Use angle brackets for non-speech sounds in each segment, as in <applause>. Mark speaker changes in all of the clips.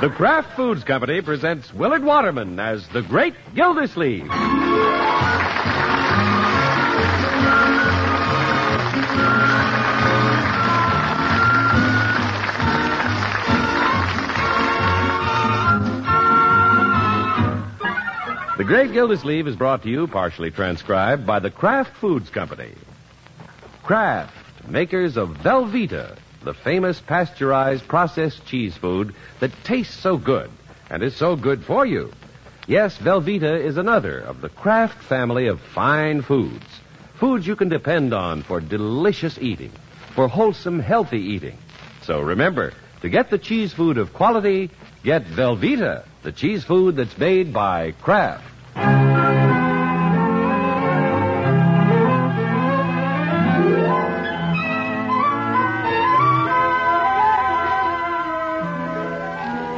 Speaker 1: The Kraft Foods Company presents Willard Waterman as the Great Gildersleeve. The Great Gildersleeve is brought to you, partially transcribed, by the Kraft Foods Company. Kraft, makers of Velveeta, the famous pasteurized processed cheese food that tastes so good and is so good for you. Yes, Velveeta is another of the Kraft family of fine foods. Foods you can depend on for delicious eating, for wholesome, healthy eating. So remember, to get the cheese food of quality, get Velveeta, the cheese food that's made by Kraft.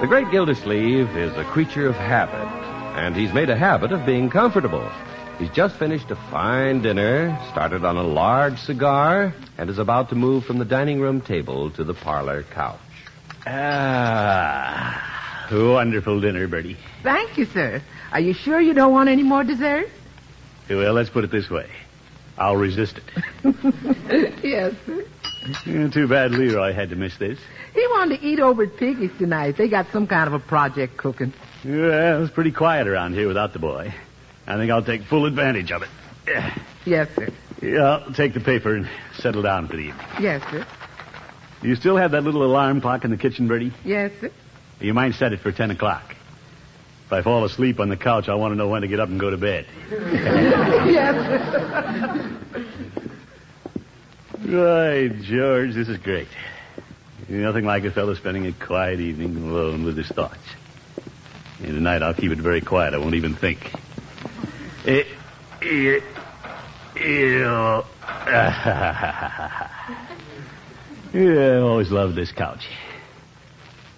Speaker 1: The great Gildersleeve is a creature of habit, and he's made a habit of being comfortable. He's just finished a fine dinner, started on a large cigar, and is about to move from the dining room table to the parlor couch.
Speaker 2: Ah, wonderful dinner, Bertie.
Speaker 3: Thank you, sir. Are you sure you don't want any more dessert? <laughs>
Speaker 2: Well, let's put it this way. I'll resist it.
Speaker 3: yes, sir.
Speaker 2: Yeah, Too bad Leroy had to miss this.
Speaker 3: He wanted to eat over at Piggy's tonight. They got some kind of a project cooking.
Speaker 2: Well, it's pretty quiet around here without the boy. I think I'll take full advantage of it. Yeah.
Speaker 3: Yes, sir.
Speaker 2: Yeah, I'll take the paper and settle down for the evening.
Speaker 3: Yes, sir.
Speaker 2: You still have that little alarm clock in the kitchen, Bertie?
Speaker 3: Yes, sir.
Speaker 2: You might set it for 10 o'clock. If I fall asleep on the couch, I want to know when to get up and go to bed.
Speaker 3: yes, sir.
Speaker 2: Why, George, this is great. Nothing like a fellow spending a quiet evening alone with his thoughts. And tonight I'll keep it very quiet. I won't even think. Eh, eh, ew. yeah, I've always loved this couch.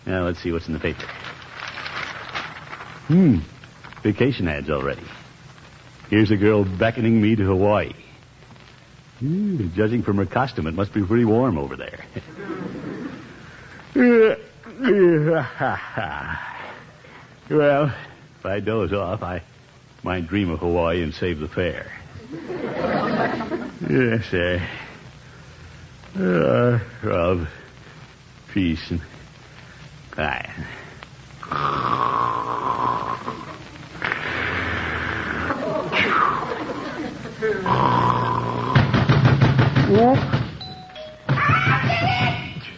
Speaker 2: Now let's see what's in the paper. Hmm. Vacation ads already. Here's a girl beckoning me to Hawaii. Hmm, judging from her costume, it must be pretty warm over there. <laughs> well, if I doze off, I might dream of Hawaii and save the fare. yes, sir. Uh, of peace and quiet.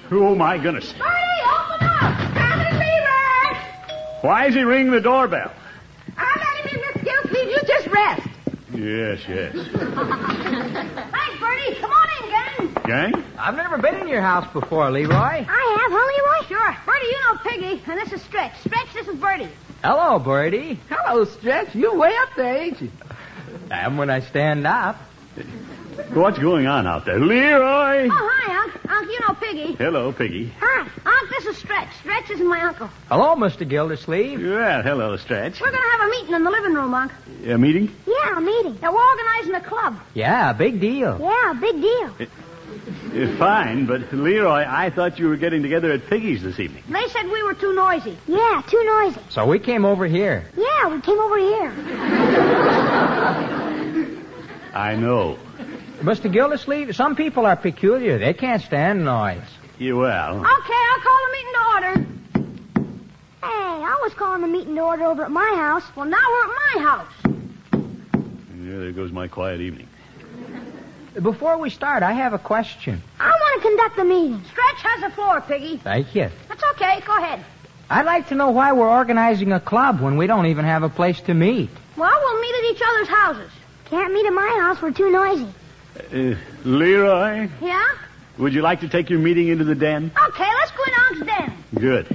Speaker 2: Oh, my goodness.
Speaker 4: Marty, open up! Granny Leroy!
Speaker 2: Why is he ringing the doorbell?
Speaker 4: I'm not even Miss Gilsleeve. You just rest.
Speaker 2: Yes, yes.
Speaker 4: Thanks, Bertie. Come on in, gang.
Speaker 2: Gang?
Speaker 5: I've never been in your house before, Leroy.
Speaker 4: I have, huh, Leroy? Sure. Bertie, you know Piggy, and this is Stretch. Stretch, this is Bertie.
Speaker 5: Hello, Birdie.
Speaker 3: Hello, Stretch. You way up there, ain't you?
Speaker 5: And when I stand up,
Speaker 2: What's going on out there? Leroy!
Speaker 4: Oh, hi, Unc. Unc, you know Piggy.
Speaker 2: Hello, Piggy.
Speaker 4: Hi. Unc, this is Stretch. Stretch is my uncle.
Speaker 5: hello, Mr. Gildersleeve.
Speaker 2: Well, hello, Stretch.
Speaker 4: We're going to have a meeting in the living room, Unc.
Speaker 2: A meeting?
Speaker 4: Yeah, a meeting. Now, we're organizing a club.
Speaker 5: Yeah, big
Speaker 2: Oh.
Speaker 5: deal.
Speaker 4: Yeah, big deal.
Speaker 2: Uh, fine, but Leroy, I thought you were getting together at Piggy's this evening.
Speaker 4: They said we were too noisy.
Speaker 6: Yeah, too noisy.
Speaker 5: So we came over here.
Speaker 6: Yeah, we came over here.
Speaker 4: <laughs>
Speaker 2: I know.
Speaker 5: Mr. Gildersleeve, some people are peculiar. They can't stand noise.
Speaker 2: You well.
Speaker 4: Okay, I'll call the meeting to order.
Speaker 6: Hey, I was calling the meeting to order over at my house.
Speaker 4: Well, now we're at my house.
Speaker 2: Yeah, there goes my quiet evening.
Speaker 5: Before we start, I have a question.
Speaker 6: I want to conduct the meeting.
Speaker 4: Stretch has the floor, Piggy.
Speaker 5: Thank you.
Speaker 4: That's okay. Go ahead.
Speaker 5: I'd like to know why we're organizing a club when we don't even have a place to meet.
Speaker 4: Well, we'll meet at each other's houses.
Speaker 6: Can't meet at my house. We're too noisy.
Speaker 2: Uh, Leroy,
Speaker 4: Yeah?
Speaker 2: would you like to take your meeting into the den?
Speaker 4: Okay, let's go in Unc's den.
Speaker 2: Good.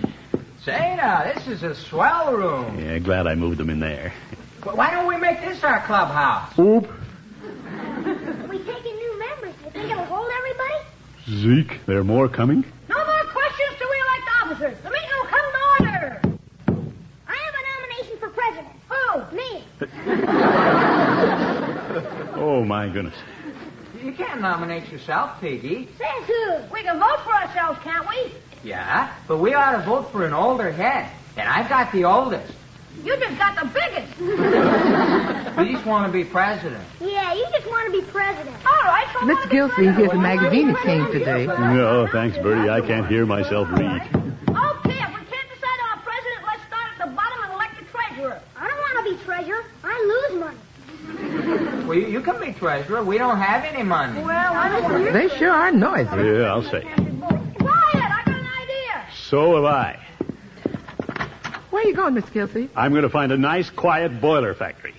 Speaker 5: Say now, this is a swell room.
Speaker 2: Yeah, glad I moved them in there.
Speaker 5: Why don't we make this our clubhouse?
Speaker 2: Oop.
Speaker 6: <laughs> We taking new members. You think it'll hold everybody?
Speaker 2: Zeke, there are more coming?
Speaker 4: No more questions till we elect officers. The meeting will come to order.
Speaker 6: I have a nomination for president.
Speaker 4: Who?
Speaker 6: Me.
Speaker 4: <laughs>
Speaker 2: Oh, my goodness.
Speaker 5: You can't nominate yourself, Piggy.
Speaker 4: Says who? We can vote for ourselves, can't we?
Speaker 5: Yeah, but we ought to vote for an older head. And I've got the oldest.
Speaker 4: You just got the biggest.
Speaker 5: We just want to be president.
Speaker 6: <laughs> Yeah, you just want to be president.
Speaker 4: All right, so
Speaker 3: Miss
Speaker 4: what is
Speaker 3: Gilsey,
Speaker 4: it?
Speaker 3: here's a magazine that came today.
Speaker 2: No, thanks, Bertie. I can't hear myself read.
Speaker 4: Okay, if we can't decide on a president, let's start at the bottom and elect a treasurer.
Speaker 6: I don't want to be treasurer. I lose money.
Speaker 5: Well, you, you can be treasurer. We don't have any money.
Speaker 4: Well, I
Speaker 3: They sure are noisy.
Speaker 2: Yeah, I'll say.
Speaker 4: Go ahead, I got an idea.
Speaker 2: So have I.
Speaker 3: Where you going, Miss Gilsey?
Speaker 2: I'm going to find a nice, quiet boiler factory.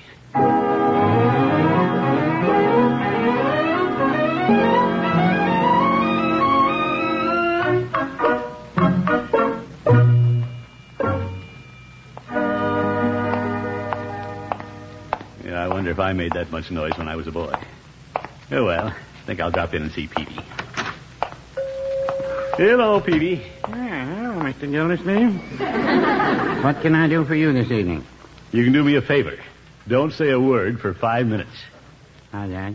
Speaker 2: Yeah, I wonder if I made that much noise when I was a boy. Oh, well, I think I'll drop in and see Peavy. Hello, Peavy.
Speaker 7: hello, Mr. Gildersleeve. <laughs> what can I do for you this evening?
Speaker 2: You can do me a favor. Don't say a word for five minutes.
Speaker 7: How's that?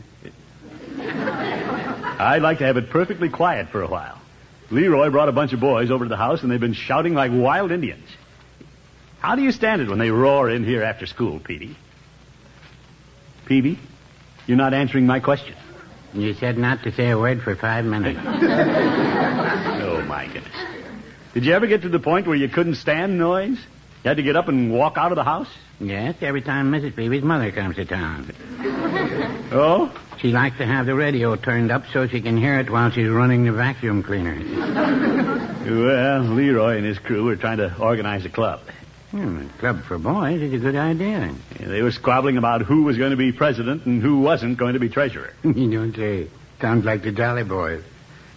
Speaker 2: <laughs> I'd like to have it perfectly quiet for a while. Leroy brought a bunch of boys over to the house, and they've been shouting like wild Indians. How do you stand it when they roar in here after school, Petey? Peavy, you're not answering my question.
Speaker 7: You said not to say a word for five minutes.
Speaker 2: Oh, <laughs> my goodness. Did you ever get to the point where you couldn't stand noise? You had to get up and walk out of the house?
Speaker 7: yes, every time Mrs. Beebe's mother comes to town.
Speaker 2: Oh?
Speaker 7: She likes to have the radio turned up so she can hear it while she's running the vacuum cleaner.
Speaker 2: <laughs> Well, Leroy and his crew were trying to organize a club.
Speaker 7: Hmm, a club for boys is a good idea.
Speaker 2: They were squabbling about who was going to be president and who wasn't going to be treasurer.
Speaker 7: <laughs> you don't say. Sounds like the Jolly Boys.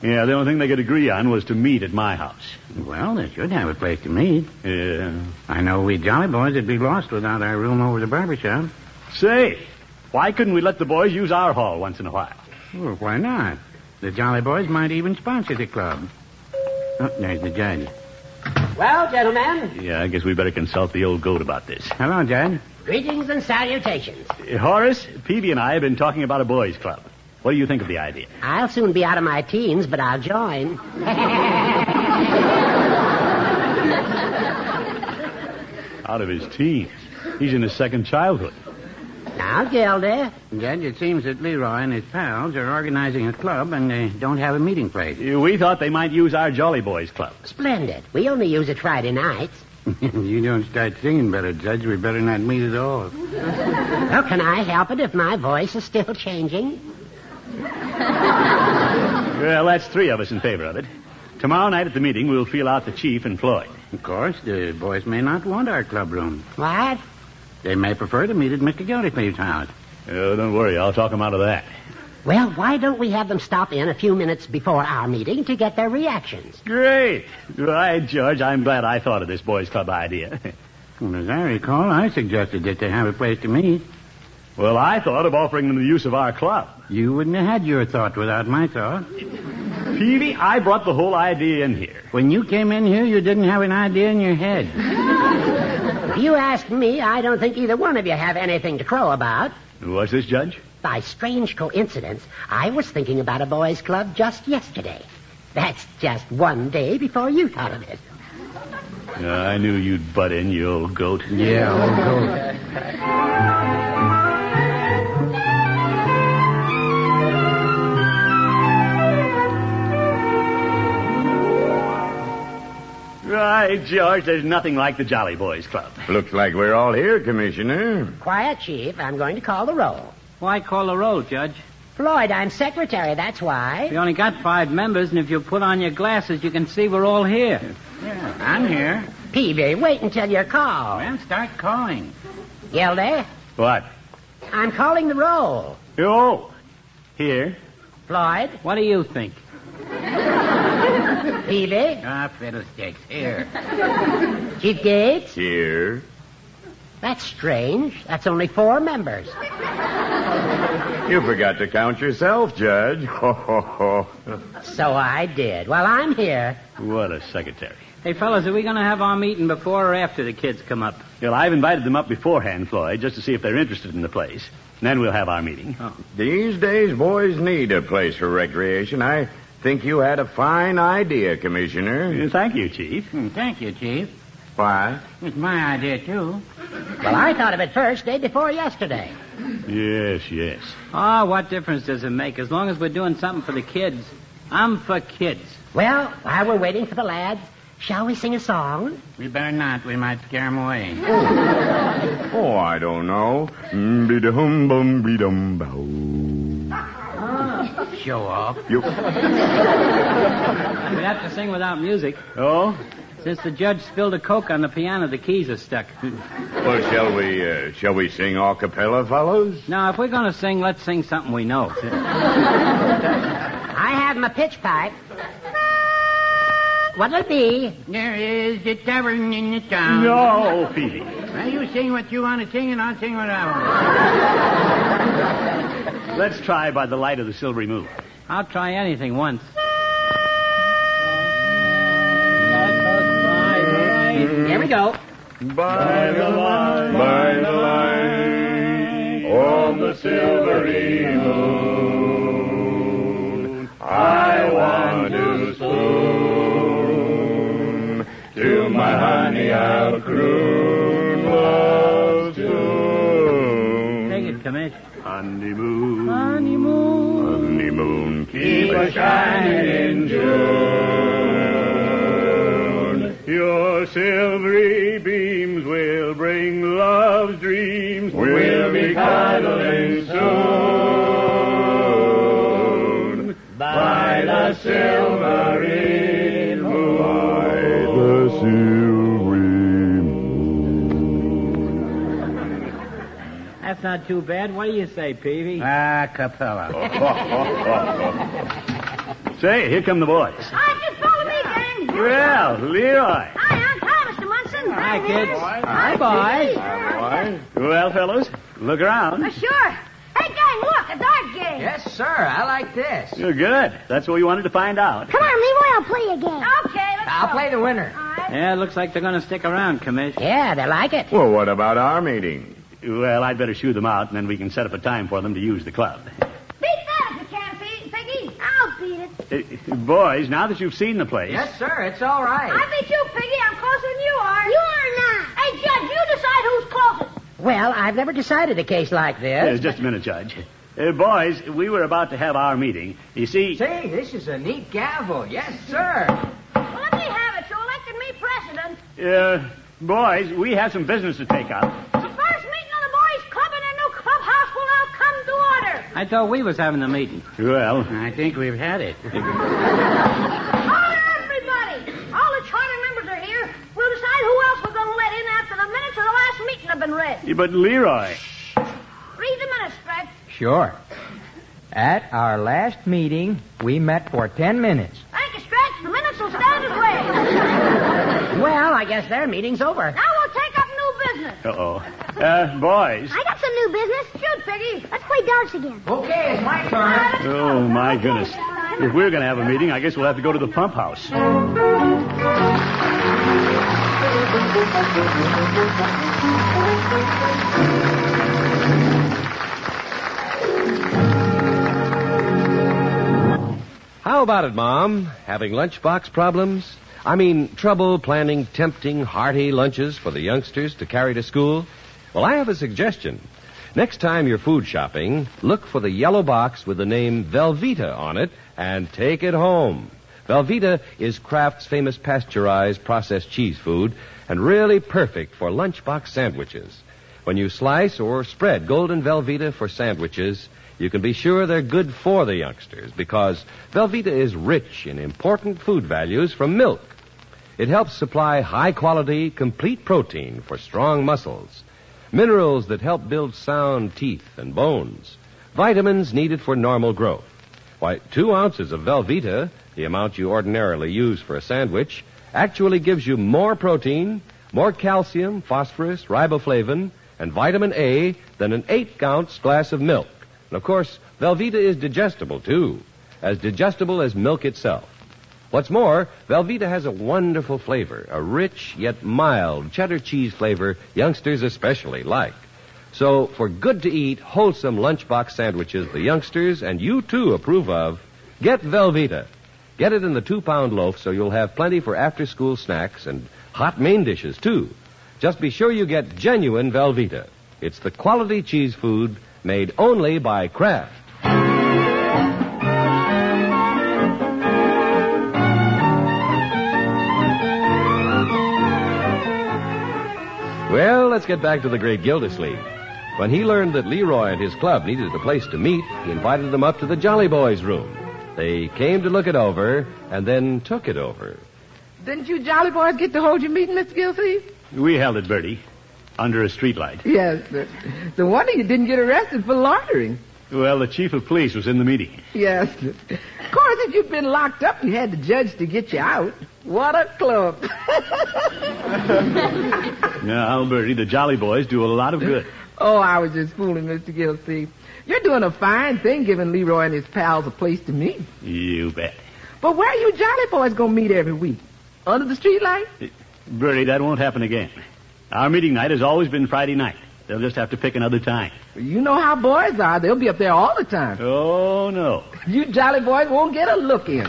Speaker 2: Yeah, the only thing they could agree on was to meet at my house.
Speaker 7: Well, they should have a place to meet.
Speaker 2: Yeah.
Speaker 7: I know we Jolly Boys would be lost without our room over the barber shop.
Speaker 2: Say, why couldn't we let the boys use our hall once in a while?
Speaker 7: Well, why not? The Jolly Boys might even sponsor the club. Oh, there's the judge.
Speaker 8: Well, gentlemen,
Speaker 2: Yeah, I guess we better consult the old goat about this.
Speaker 7: Hello, Judge.
Speaker 8: greetings and salutations.
Speaker 2: Uh, Horace, Peavy and I have been talking about a boys' club. What do you think of the idea?
Speaker 8: I'll soon be out of my teens, but I'll join.
Speaker 2: Out of his teens. He's in his second childhood.
Speaker 8: Now, Gilda,
Speaker 7: Judge, it seems that Leroy and his pals are organizing a club and they don't have a meeting place.
Speaker 2: Uh, We thought they might use our Jolly Boys Club.
Speaker 8: splendid. We only use it Friday nights.
Speaker 7: <laughs> you don't start singing better, Judge. We better not meet at all.
Speaker 8: How can I help it if my voice is still changing?
Speaker 2: Well, that's three of us in favor of it. Tomorrow night at the meeting, we'll feel out the chief and Floyd.
Speaker 7: Of course, the boys may not want our club room.
Speaker 8: What?
Speaker 7: They may prefer to meet at Mr. Gildersleeve's house.
Speaker 2: Oh, don't worry. I'll talk him out of that.
Speaker 8: Well, why don't we have them stop in a few minutes before our meeting to get their reactions?
Speaker 2: Great. Right, George. I'm glad I thought of this boys'
Speaker 7: <laughs>
Speaker 2: club idea.
Speaker 7: And as I recall, I suggested that they have a place to meet.
Speaker 2: well, I thought of offering them the use of our club.
Speaker 7: You wouldn't have had your thought without my thought.
Speaker 2: Peavy, I brought the whole idea in here.
Speaker 7: When you came in here, you didn't have an idea in your head.
Speaker 8: If you ask me, I don't think either one of you have anything to crow about.
Speaker 2: What's this, Judge?
Speaker 8: By strange coincidence, I was thinking about a boys' club just yesterday. That's just one day before you thought of it.
Speaker 2: Uh, I knew you'd butt in, you old goat.
Speaker 7: Yeah, old goat.
Speaker 2: Right, George. There's nothing like the Jolly Boys Club.
Speaker 9: Looks like we're all here, Commissioner.
Speaker 8: Quiet, Chief. I'm going to call the roll.
Speaker 10: Why call a roll, Judge?
Speaker 8: Floyd, I'm secretary, that's why.
Speaker 10: We only got five members, and if you put on your glasses, you can see we're all here.
Speaker 7: I'm here.
Speaker 8: Peavy, wait until you're called.
Speaker 7: Well, start calling.
Speaker 8: Gilda,
Speaker 2: What?
Speaker 8: I'm calling the roll.
Speaker 2: Oh, here.
Speaker 8: Floyd,
Speaker 10: What do you think?
Speaker 8: <laughs> Peavy,
Speaker 7: Ah, fiddlesticks.
Speaker 8: <laughs>
Speaker 7: Here.
Speaker 8: Chief Gates.
Speaker 9: Here.
Speaker 8: That's strange. That's only four members.
Speaker 9: You forgot to count yourself, Judge. Ho, ho, ho.
Speaker 8: So I did. Well, I'm here.
Speaker 2: What a secretary.
Speaker 10: Hey, fellas, are we going to have our meeting before or after the kids come up?
Speaker 2: Well, I've invited them up beforehand, Floyd, just to see if they're interested in the place.
Speaker 7: Oh.
Speaker 2: And then we'll have our meeting.
Speaker 9: These days, boys need a place for recreation. I Think you had a fine idea, Commissioner.
Speaker 2: Uh, Thank you, Chief.
Speaker 7: Hmm, Thank you, Chief.
Speaker 9: Why?
Speaker 7: It's my idea, too.
Speaker 8: Well, I thought of it first day before yesterday.
Speaker 2: Yes, yes.
Speaker 10: Ah, what difference does it make as long as we're doing something for the kids? I'm for kids.
Speaker 8: Well, while we're waiting for the lads, shall we sing
Speaker 7: <laughs>
Speaker 8: a song?
Speaker 7: We better not. We might scare him away.
Speaker 8: <laughs>
Speaker 9: Oh, I don't know. Mm, Bidum bum bidum bow.
Speaker 10: Oh.
Speaker 7: Show off.
Speaker 10: <laughs>
Speaker 9: You
Speaker 10: We'd have to sing without music.
Speaker 2: Oh?
Speaker 10: Since the judge spilled a coke on the piano, the keys are stuck.
Speaker 9: well, shall we uh, shall we sing a cappella, fellows?
Speaker 10: Now, if we're going to sing, let's sing something we know.
Speaker 8: I have my pitch pipe. What'll it be?
Speaker 7: There is the tavern in the town.
Speaker 10: Um,
Speaker 2: No, Petey.
Speaker 7: Well, you sing what you want to sing, and I'll sing what I want.
Speaker 2: <laughs> Let's try by the light of the silvery moon.
Speaker 10: I'll try anything once.
Speaker 8: Here we go.
Speaker 9: By the line, by the line of the silvery moon, I want to spoon to my honey I'll croon love's tune.
Speaker 10: Take it, Commissioner.
Speaker 9: Hmm. Honeymoon, honeymoon, keep a shining in June. Your silvery beams will bring love's dreams. We'll be cuddling soon by the silvery moon. <laughs> By the silvery moon.
Speaker 10: That's not too bad. What do you say, Peavy?
Speaker 7: Ah, Capella.
Speaker 2: Say, here come the boys.
Speaker 4: All right, just follow me, gang.
Speaker 2: Well, Leroy.
Speaker 4: Hi, I'm Tom, Mr. Munson.
Speaker 10: Hi, kids.
Speaker 4: Hi, Uh,
Speaker 10: boys.
Speaker 2: Well, fellows, look around.
Speaker 4: sure. Hey, gang, look, a dart game.
Speaker 5: Yes, sir. I like this.
Speaker 2: You're good. That's what we wanted to find out.
Speaker 6: Come on, Leroy, I'll play again.
Speaker 4: Okay, let's
Speaker 5: I'll
Speaker 4: go.
Speaker 5: play the winner.
Speaker 4: All right.
Speaker 10: Yeah, looks like they're going to stick around, Commissioner.
Speaker 8: Yeah, they like it.
Speaker 9: Well, what about our meeting?
Speaker 2: Well, I'd better shoo them out, and then we can set up a time for them to use the club.
Speaker 4: Beat that if you can, Pe- Piggy.
Speaker 6: I'll beat it.
Speaker 2: Uh, boys, now that you've seen the place,
Speaker 5: Yes, sir. It's all right.
Speaker 4: I beat you, Piggy. I'm closer than you are.
Speaker 6: You are not.
Speaker 4: Hey, Judge, you decide who's closest.
Speaker 8: Well, I've never decided a case like
Speaker 2: Uh,
Speaker 8: this.
Speaker 2: just a minute, Judge. Uh, boys, we were about to have our meeting. You see,
Speaker 5: Say, this is a neat gavel. Yes, sir.
Speaker 4: Well, let me have it. You elected me president.
Speaker 2: uh, boys, we have some business to take up.
Speaker 4: The first meeting of the boys' club in their new clubhouse will now come to order.
Speaker 10: <laughs> I thought we was having the meeting.
Speaker 2: Well,
Speaker 7: I think we've had it.
Speaker 4: Order, everybody. All the charter members are here. We'll decide who else we're going to let in after the minutes of the last meeting have been read.
Speaker 2: but Leroy,
Speaker 4: Read the minutes, Fred.
Speaker 5: Sure. At our last meeting, we met for ten minutes.
Speaker 4: Thank you, Stretch. The minutes will stand as read.
Speaker 8: <laughs> Well, I guess their meeting's over.
Speaker 4: Now we'll take up new business.
Speaker 2: uh-oh. Uh, boys,
Speaker 6: I got some new business.
Speaker 4: Shoot, Piggy.
Speaker 6: Let's play darts again.
Speaker 5: Okay, it's my turn.
Speaker 2: oh my goodness. If we're going to have a meeting, I guess we'll have to go to the pump house.
Speaker 1: How about it, Mom? Having lunchbox problems? I mean, trouble planning tempting, hearty lunches for the youngsters to carry to school? Well, I have a suggestion. Next time you're food shopping, look for the yellow box with the name Velveeta on it and take it home. Velveeta is Kraft's famous pasteurized processed cheese food and really perfect for lunchbox sandwiches. When you slice or spread golden Velveeta for sandwiches, you can be sure they're good for the youngsters because Velveeta is rich in important food values from milk. It helps supply high quality, complete protein for strong muscles, minerals that help build sound teeth and bones, vitamins needed for normal growth. Why, two ounces of Velveeta, the amount you ordinarily use for a sandwich, actually gives you more protein, more calcium, phosphorus, riboflavin, and vitamin A than an eight ounce glass of milk. And of course, Velveeta is digestible too, as digestible as milk itself. What's more, Velveeta has a wonderful flavor, a rich yet mild cheddar cheese flavor youngsters especially like. So, for good to eat, wholesome lunchbox sandwiches the youngsters and you too approve of, get Velveeta. Get it in the two pound loaf so you'll have plenty for after school snacks and hot main dishes, too. Just be sure you get genuine Velveeta. It's the quality cheese food made only by Kraft. Well, let's get back to the great Gildersleeve. When he learned that Leroy and his club needed a place to meet, he invited them up to the Jolly Boys' room. They came to look it over and then took it over.
Speaker 3: Didn't you jolly boys get to hold your meeting, Mr. Gilsey?
Speaker 2: We held it, Bertie, under a streetlight.
Speaker 3: Yes, sir. The wonder you didn't get arrested for laundering.
Speaker 2: Well, the chief of police was in the meeting.
Speaker 3: Yes. sir. Of course, if you'd been locked up, you had the judge to get you out. What a <laughs> club.
Speaker 2: Now, Bertie, the Jolly Boys do a lot of good.
Speaker 3: oh, I was just fooling, Mr. Gilsey. You're doing a fine thing giving Leroy and his pals a place to meet.
Speaker 2: You bet.
Speaker 3: But where are you jolly boys going to meet every week? Under the streetlight?
Speaker 2: Bertie, that won't happen again. Our meeting night has always been Friday night. They'll just have to pick another time.
Speaker 3: You know how boys are. They'll be up there all the time.
Speaker 2: Oh, no.
Speaker 3: You jolly boys won't get a look in.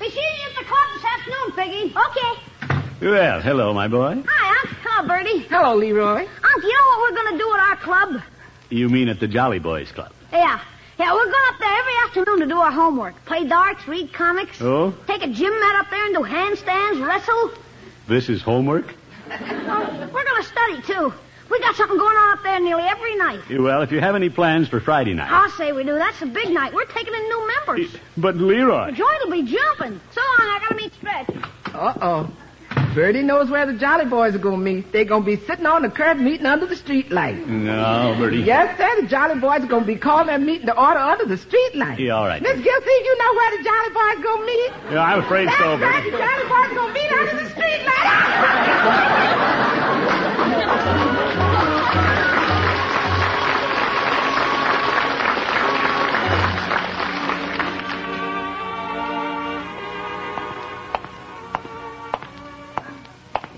Speaker 4: Be seeing you at the club this afternoon, Piggy. Okay.
Speaker 2: Well, hello, my boy.
Speaker 4: Hi, Unc. Hello, Bertie.
Speaker 3: Hello, Leroy.
Speaker 4: Unc, you know what we're going to do at our club?
Speaker 2: You mean at the Jolly Boys Club?
Speaker 4: Yeah. Yeah, we're going up there every afternoon to do our homework. Play darts, read comics.
Speaker 2: Oh?
Speaker 4: Take a gym mat up there and do handstands, wrestle.
Speaker 2: This is homework?
Speaker 4: Well, we're going to study, too. We got something going on up there nearly every night.
Speaker 2: Well, if you have any plans for Friday night.
Speaker 4: I say we do. That's a big night. We're taking in new members.
Speaker 2: But Leroy.
Speaker 4: Joy will be jumping. So long, I gotta meet Stretch.
Speaker 3: Uh-oh. Bertie knows where the jolly boys are going to meet. They're going to be sitting on the curb meeting under the streetlight.
Speaker 2: No, Bertie.
Speaker 3: Yes, sir. The Jolly Boys are going to be calling that meeting to order under the streetlight.
Speaker 2: Yeah, all right.
Speaker 3: Miss Gilsey, you know where the Jolly Boys going to meet?
Speaker 2: Yeah, I'm afraid
Speaker 3: That's
Speaker 2: so,
Speaker 3: right.
Speaker 2: Bertie.
Speaker 3: The Jolly Boys going to meet under the streetlight.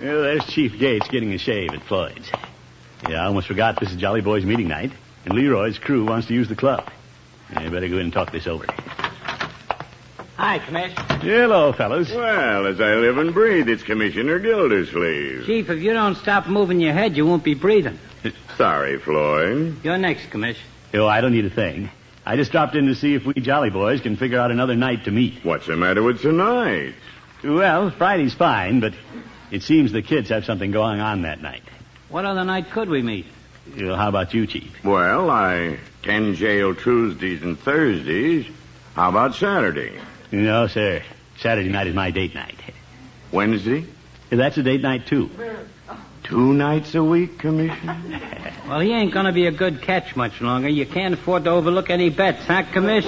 Speaker 2: Well, there's Chief Gates getting a shave at Floyd's. Yeah, I almost forgot this is Jolly Boys meeting night, and Leroy's crew wants to use the club. I better go in and talk this over.
Speaker 10: Hi, Commish.
Speaker 2: Hello, fellas.
Speaker 9: Well, as I live and breathe, it's Commissioner Gildersleeve.
Speaker 10: Chief, if you don't stop moving your head, you won't be breathing.
Speaker 9: <laughs> Sorry, Floyd.
Speaker 10: You're next, Commish.
Speaker 2: Oh, I don't need a thing. I just dropped in to see if we Jolly Boys can figure out another night to meet.
Speaker 9: What's the matter with tonight?
Speaker 2: Well, Friday's fine, but it seems the kids have something going on that night.
Speaker 10: What other night could we meet?
Speaker 2: Well, Uh, how about you, Chief?
Speaker 9: Well, I ten jail Tuesdays and Thursdays. How about Saturday?
Speaker 2: No, sir. Saturday night is my date night.
Speaker 9: Wednesday?
Speaker 2: That's a date night, too.
Speaker 9: Two nights a week, Commissioner?
Speaker 10: Well, he ain't gonna be a good catch much longer. You can't afford to overlook any bets, huh, Commish?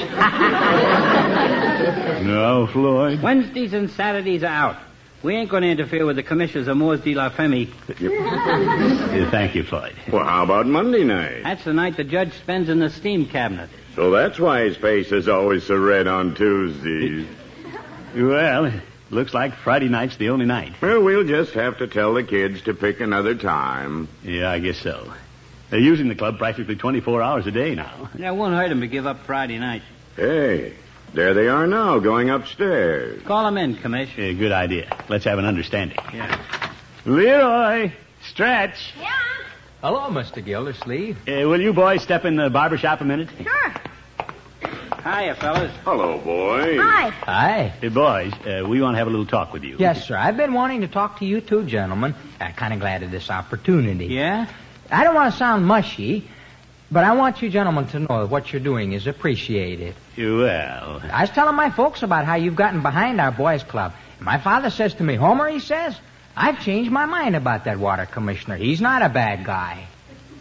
Speaker 2: No, Floyd.
Speaker 10: Wednesdays and Saturdays are out. We ain't gonna interfere with the Commissioner's amours de la famille.
Speaker 2: Uh, Thank you, Floyd.
Speaker 9: Well, how about Monday night?
Speaker 10: That's the night the judge spends in the steam cabinet.
Speaker 9: So that's why his face is always so red on Tuesdays.
Speaker 2: Well, looks like Friday night's the only night.
Speaker 9: Well, we'll just have to tell the kids to pick another time.
Speaker 2: Yeah, I guess so. They're using the club practically 24 hours a day now.
Speaker 10: That won't hurt him to give up Friday night.
Speaker 9: Hey, there they are now, going upstairs.
Speaker 10: Call him in, Commish.
Speaker 2: Yeah, good idea. Let's have an understanding.
Speaker 10: Yeah.
Speaker 2: Leroy, stretch.
Speaker 4: Yeah, Unc.
Speaker 5: Hello, Mr. Gildersleeve.
Speaker 2: Uh, will you boys step in the barber shop a minute?
Speaker 4: Sure.
Speaker 10: Hiya, fellas.
Speaker 9: Hello, boy.
Speaker 4: Hi.
Speaker 5: Hi.
Speaker 2: Hey, boys, uh, we want to have a little talk with you.
Speaker 5: Yes, sir. I've been wanting to talk to you two gentlemen. I'm kind of glad of this opportunity.
Speaker 10: Yeah?
Speaker 5: I don't want to sound mushy, but I want you gentlemen to know that what you're doing is appreciated.
Speaker 2: Well,
Speaker 5: I was telling my folks about how you've gotten behind our boys' club. My father says to me, Homer, he says, I've changed my mind about that water commissioner. He's not a bad guy.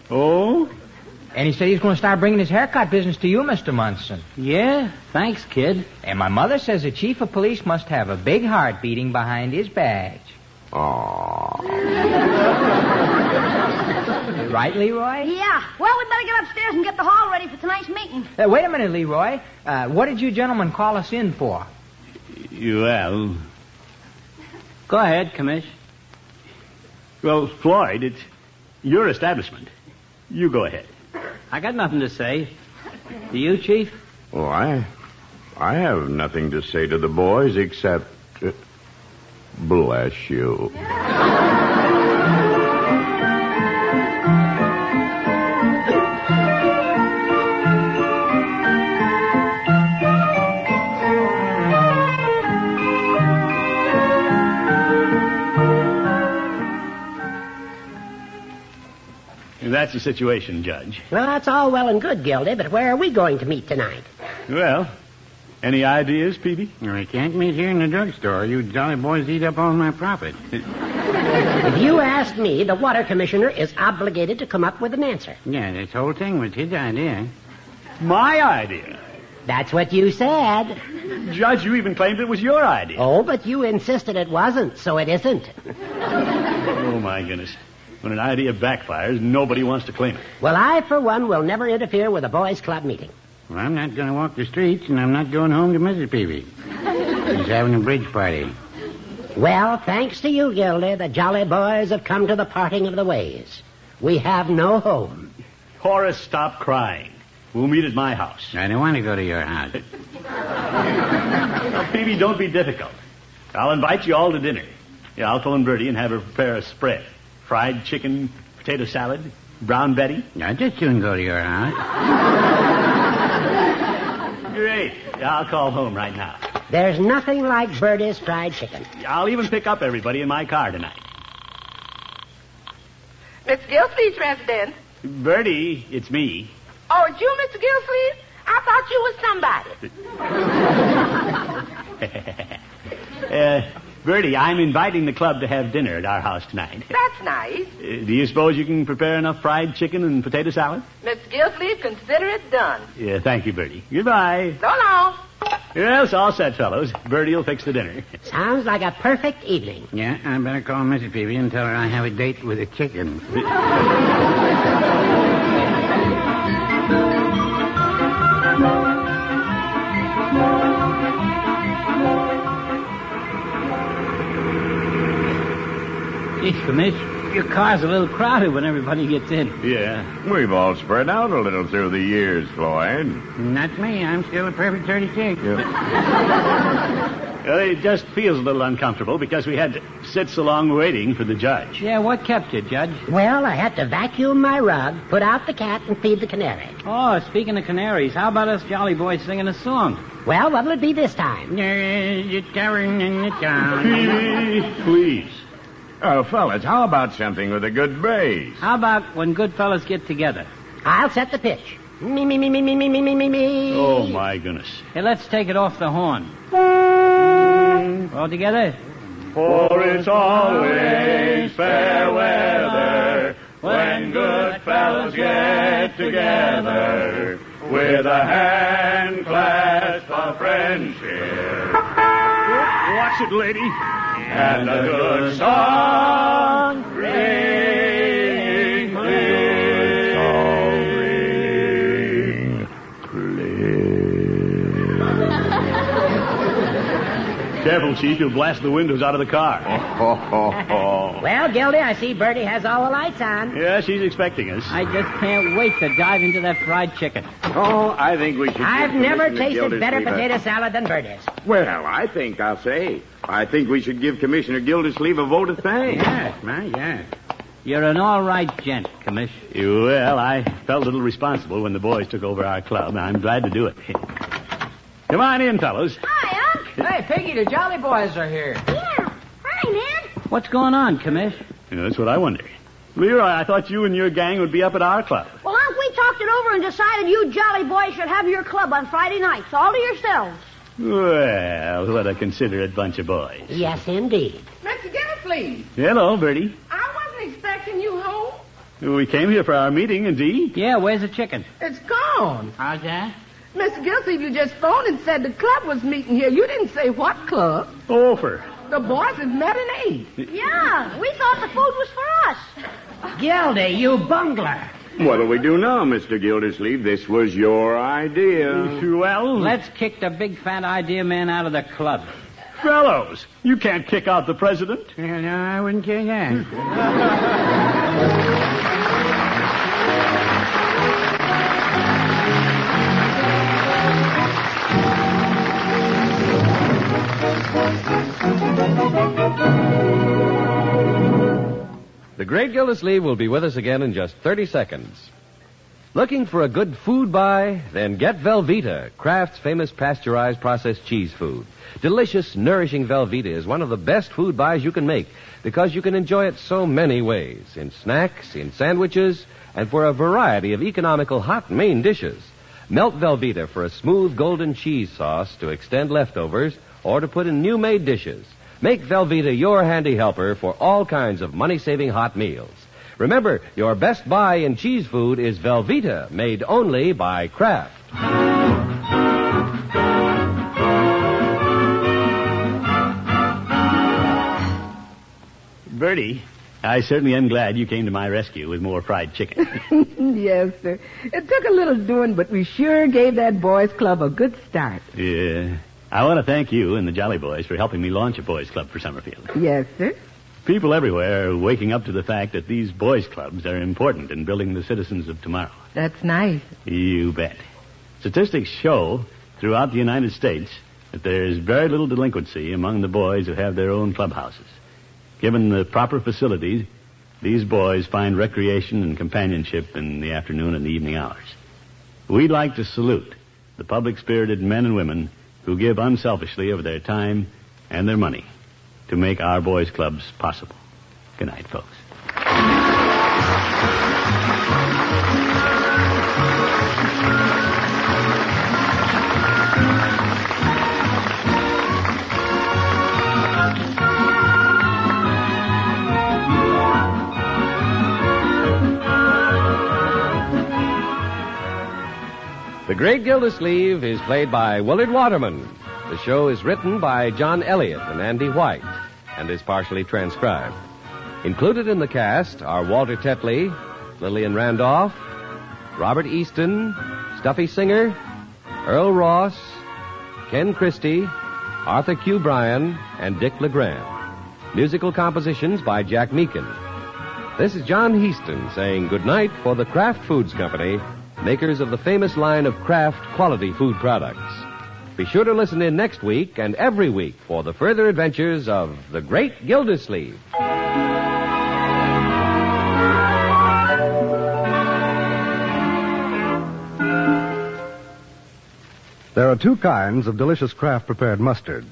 Speaker 2: oh,
Speaker 5: And he said he's going to start bringing his haircut business to you, Mr. Munson.
Speaker 10: Yeah? Thanks, kid.
Speaker 5: And my mother says the chief of police must have a big heart beating behind his badge.
Speaker 9: Aw.
Speaker 5: <laughs> Right, Leroy?
Speaker 4: Yeah. Well, we better get upstairs and get the hall ready for tonight's meeting.
Speaker 5: Uh, wait a minute, Leroy. Uh, what did you gentlemen call us in for?
Speaker 2: well,
Speaker 10: Go ahead, Commish.
Speaker 2: well, Floyd, it's your establishment. You go ahead.
Speaker 10: I got nothing to say. Do you, Chief?
Speaker 9: Well, I, I have nothing to say to the boys except. uh, bless you.
Speaker 2: That's the situation, Judge.
Speaker 8: Well, that's all well and good, Gildy, but where are we going to meet tonight?
Speaker 2: Well, any ideas, Peavy?
Speaker 7: We can't meet here in the drugstore. You jolly boys eat up all my profit.
Speaker 8: If you ask me, the water commissioner is obligated to come up with an answer.
Speaker 7: yeah, this whole thing was his idea.
Speaker 2: My idea.
Speaker 8: That's what you said.
Speaker 2: Judge, you even claimed it was your idea.
Speaker 8: Oh, but you insisted it wasn't, so it isn't.
Speaker 2: Oh, my goodness. When an idea backfires, nobody wants to claim it.
Speaker 8: Well, I, for one, will never interfere with a boys' club meeting.
Speaker 7: Well, I'm not going to walk the streets, and I'm not going home to Mrs. Peavy. She's having a bridge party.
Speaker 8: Well, thanks to you, Gildy, the jolly boys have come to the parting of the ways. We have no home.
Speaker 2: Horace, stop crying. We'll meet at my house.
Speaker 7: I don't want to go to your house.
Speaker 2: <laughs> Now, Phoebe, don't be difficult. I'll invite you all to dinner. Yeah, I'll phone Bertie and have her prepare a spread. Fried chicken, potato salad, brown Betty.
Speaker 7: I'd just soon go to your house.
Speaker 2: Great. Yeah, I'll call home right now.
Speaker 8: There's nothing like Bertie's fried chicken.
Speaker 2: I'll even pick up everybody in my car tonight.
Speaker 3: Mr. Gilsleeve's resident.
Speaker 2: Bertie, it's me. <laughs>
Speaker 3: Oh, it's you, Mr. Gilsleeve? I thought you was somebody.
Speaker 2: Uh, Bertie, I'm inviting the club to have dinner at our house tonight. Uh,
Speaker 3: That's nice.
Speaker 2: do you suppose you can prepare enough fried chicken and potato salad?
Speaker 3: Mr. Gilsleeve, consider it done.
Speaker 2: Yeah, thank you, Bertie. Goodbye.
Speaker 3: So long.
Speaker 2: Yes, all set, fellows. Bertie'll fix the dinner.
Speaker 8: Sounds like a perfect evening.
Speaker 7: Yeah, I better call Mrs. Peavy and tell her I have a date with a
Speaker 10: <laughs>
Speaker 7: chicken.
Speaker 10: Gee, Commissioner, your car's a little crowded when everybody gets in.
Speaker 2: Yeah.
Speaker 9: We've all spread out a little through the years, Floyd.
Speaker 7: Not me. I'm still a perfect 36.
Speaker 9: <laughs>
Speaker 2: Well, Uh, it just feels a little uncomfortable because we had to sit so long waiting for the judge.
Speaker 10: Yeah, what kept you, Judge?
Speaker 8: Well, I had to vacuum my rug, put out the cat, and feed the canary.
Speaker 10: Oh, speaking of canaries, how about us jolly boys singing a song?
Speaker 8: Well, what'll it be this time?
Speaker 7: There is a tavern in the town.
Speaker 2: Please.
Speaker 9: Oh, fellas, how about something with a good bass?
Speaker 10: How about when good fellas get together?
Speaker 8: I'll set the pitch. Me, me, me, me, me, me, me, me, me, me.
Speaker 2: <laughs> Oh, my goodness.
Speaker 10: Hey, let's take it off the horn. All together?
Speaker 2: For it's always fair weather
Speaker 10: when good fellas
Speaker 2: get together with a hand clasp of friendship. Watch it, lady. And a good song ringing Careful, Chief. You'll blast the windows out of the car.
Speaker 8: Well, Gildy, I see Bertie has all the lights on.
Speaker 2: Yeah, she's expecting us.
Speaker 10: I just can't wait to dive into that fried chicken.
Speaker 9: Oh, I think we should.
Speaker 8: I've
Speaker 9: give
Speaker 8: never
Speaker 9: Commissioner
Speaker 8: tasted better
Speaker 9: Gildersleeve a-
Speaker 8: potato salad than Bertie's.
Speaker 9: Well, I think I'll say. I think we should give Commissioner Gildersleeve a vote of thanks.
Speaker 7: Yes, my yes.
Speaker 10: <laughs> You're an all right gent, Commish.
Speaker 2: Well, I felt a little responsible when the boys took over our club, and I'm glad to do it. Come on in, fellows.
Speaker 4: Hi, Unc.
Speaker 5: Hey, Piggy, the Jolly Boys are here.
Speaker 4: Yeah. Hi, man.
Speaker 10: What's going on, Commish?
Speaker 2: You know, that's what I wonder. Leroy, I thought you and your gang would be up at our club.
Speaker 4: Well, Unc, we talked it over and decided you jolly boys should have your club on Friday nights, all to yourselves.
Speaker 2: Well, what a considerate bunch of boys.
Speaker 8: Yes, indeed.
Speaker 3: Mr. Gilsleeve,
Speaker 2: Hello, Bertie.
Speaker 3: I wasn't expecting you home.
Speaker 2: We came here for our meeting, indeed.
Speaker 10: Yeah, where's the chicken?
Speaker 3: It's gone.
Speaker 7: Oh, How's that?
Speaker 3: Mr. Gilsleeve, you just phoned and said the club was meeting here. You didn't say what club.
Speaker 2: Over.
Speaker 3: The boys have met an eight. <laughs>
Speaker 4: Yeah, we thought the food was for us.
Speaker 8: Gildy, you bungler.
Speaker 9: What'll we do now, Mr. Gildersleeve? This was your idea.
Speaker 2: Well,
Speaker 10: Let's kick the big fat idea man out of the club.
Speaker 2: fellows, you can't kick out the president.
Speaker 7: Well, no, I wouldn't say that.
Speaker 1: The great Gildersleeve will be with us again in just 30 seconds. Looking for a good food buy? Then get Velveeta, Kraft's famous pasteurized processed cheese food. Delicious, nourishing Velveeta is one of the best food buys you can make because you can enjoy it so many ways in snacks, in sandwiches, and for a variety of economical hot main dishes. Melt Velveeta for a smooth golden cheese sauce to extend leftovers or to put in new made dishes. Make Velveeta your handy helper for all kinds of money saving hot meals. Remember, your best buy in cheese food is Velveeta, made only by Kraft.
Speaker 2: <laughs> Bertie, I certainly am glad you came to my rescue with more fried chicken.
Speaker 3: yes, sir. It took a little doing, but we sure gave that boys' club a good start.
Speaker 2: yeah. Uh, I want to thank you and the Jolly Boys for helping me launch a boys' club for Summerfield.
Speaker 3: Yes, sir.
Speaker 2: People everywhere are waking up to the fact that these boys' clubs are important in building the citizens of tomorrow.
Speaker 3: That's nice.
Speaker 2: You bet. Statistics show throughout the United States that there is very little delinquency among the boys who have their own clubhouses. Given the proper facilities, these boys find recreation and companionship in the afternoon and the evening hours. We'd like to salute the public spirited men and women who give unselfishly of their time and their money to make our boys' clubs possible. Good night, folks.
Speaker 1: The Great Gildersleeve is played by Willard Waterman. The show is written by John Elliott and Andy White and is partially transcribed. Included in the cast are Walter Tetley, Lillian Randolph, Robert Easton, Stuffy Singer, Earl Ross, Ken Christie, Arthur Q. Bryan, and Dick LeGrand. Musical compositions by Jack Meakin. This is John Heaston saying goodnight for the Kraft Foods Company, makers of the famous line of Kraft quality food products. Be sure to listen in next week and every week for the further adventures of the Great Gildersleeve.
Speaker 11: There are two kinds of delicious Kraft prepared mustard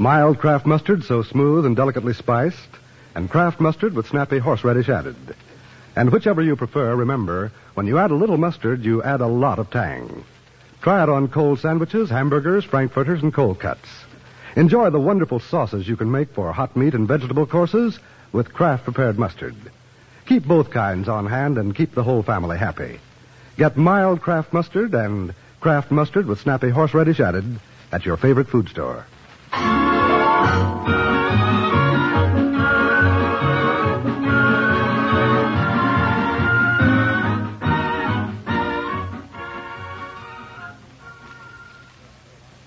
Speaker 11: mild Kraft mustard, so smooth and delicately spiced, and Kraft mustard with snappy horseradish added. And whichever you prefer, remember, when you add a little mustard, you add a lot of tang. Try it on cold sandwiches, hamburgers, frankfurters, and cold cuts. Enjoy the wonderful sauces you can make for hot meat and vegetable courses with Kraft prepared mustard. Keep both kinds on hand and keep the whole family happy. Get mild Kraft mustard and Kraft mustard with snappy horseradish added at your favorite food store.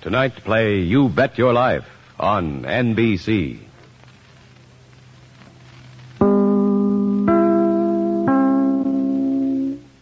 Speaker 1: Tonight, play You Bet Your Life on NBC.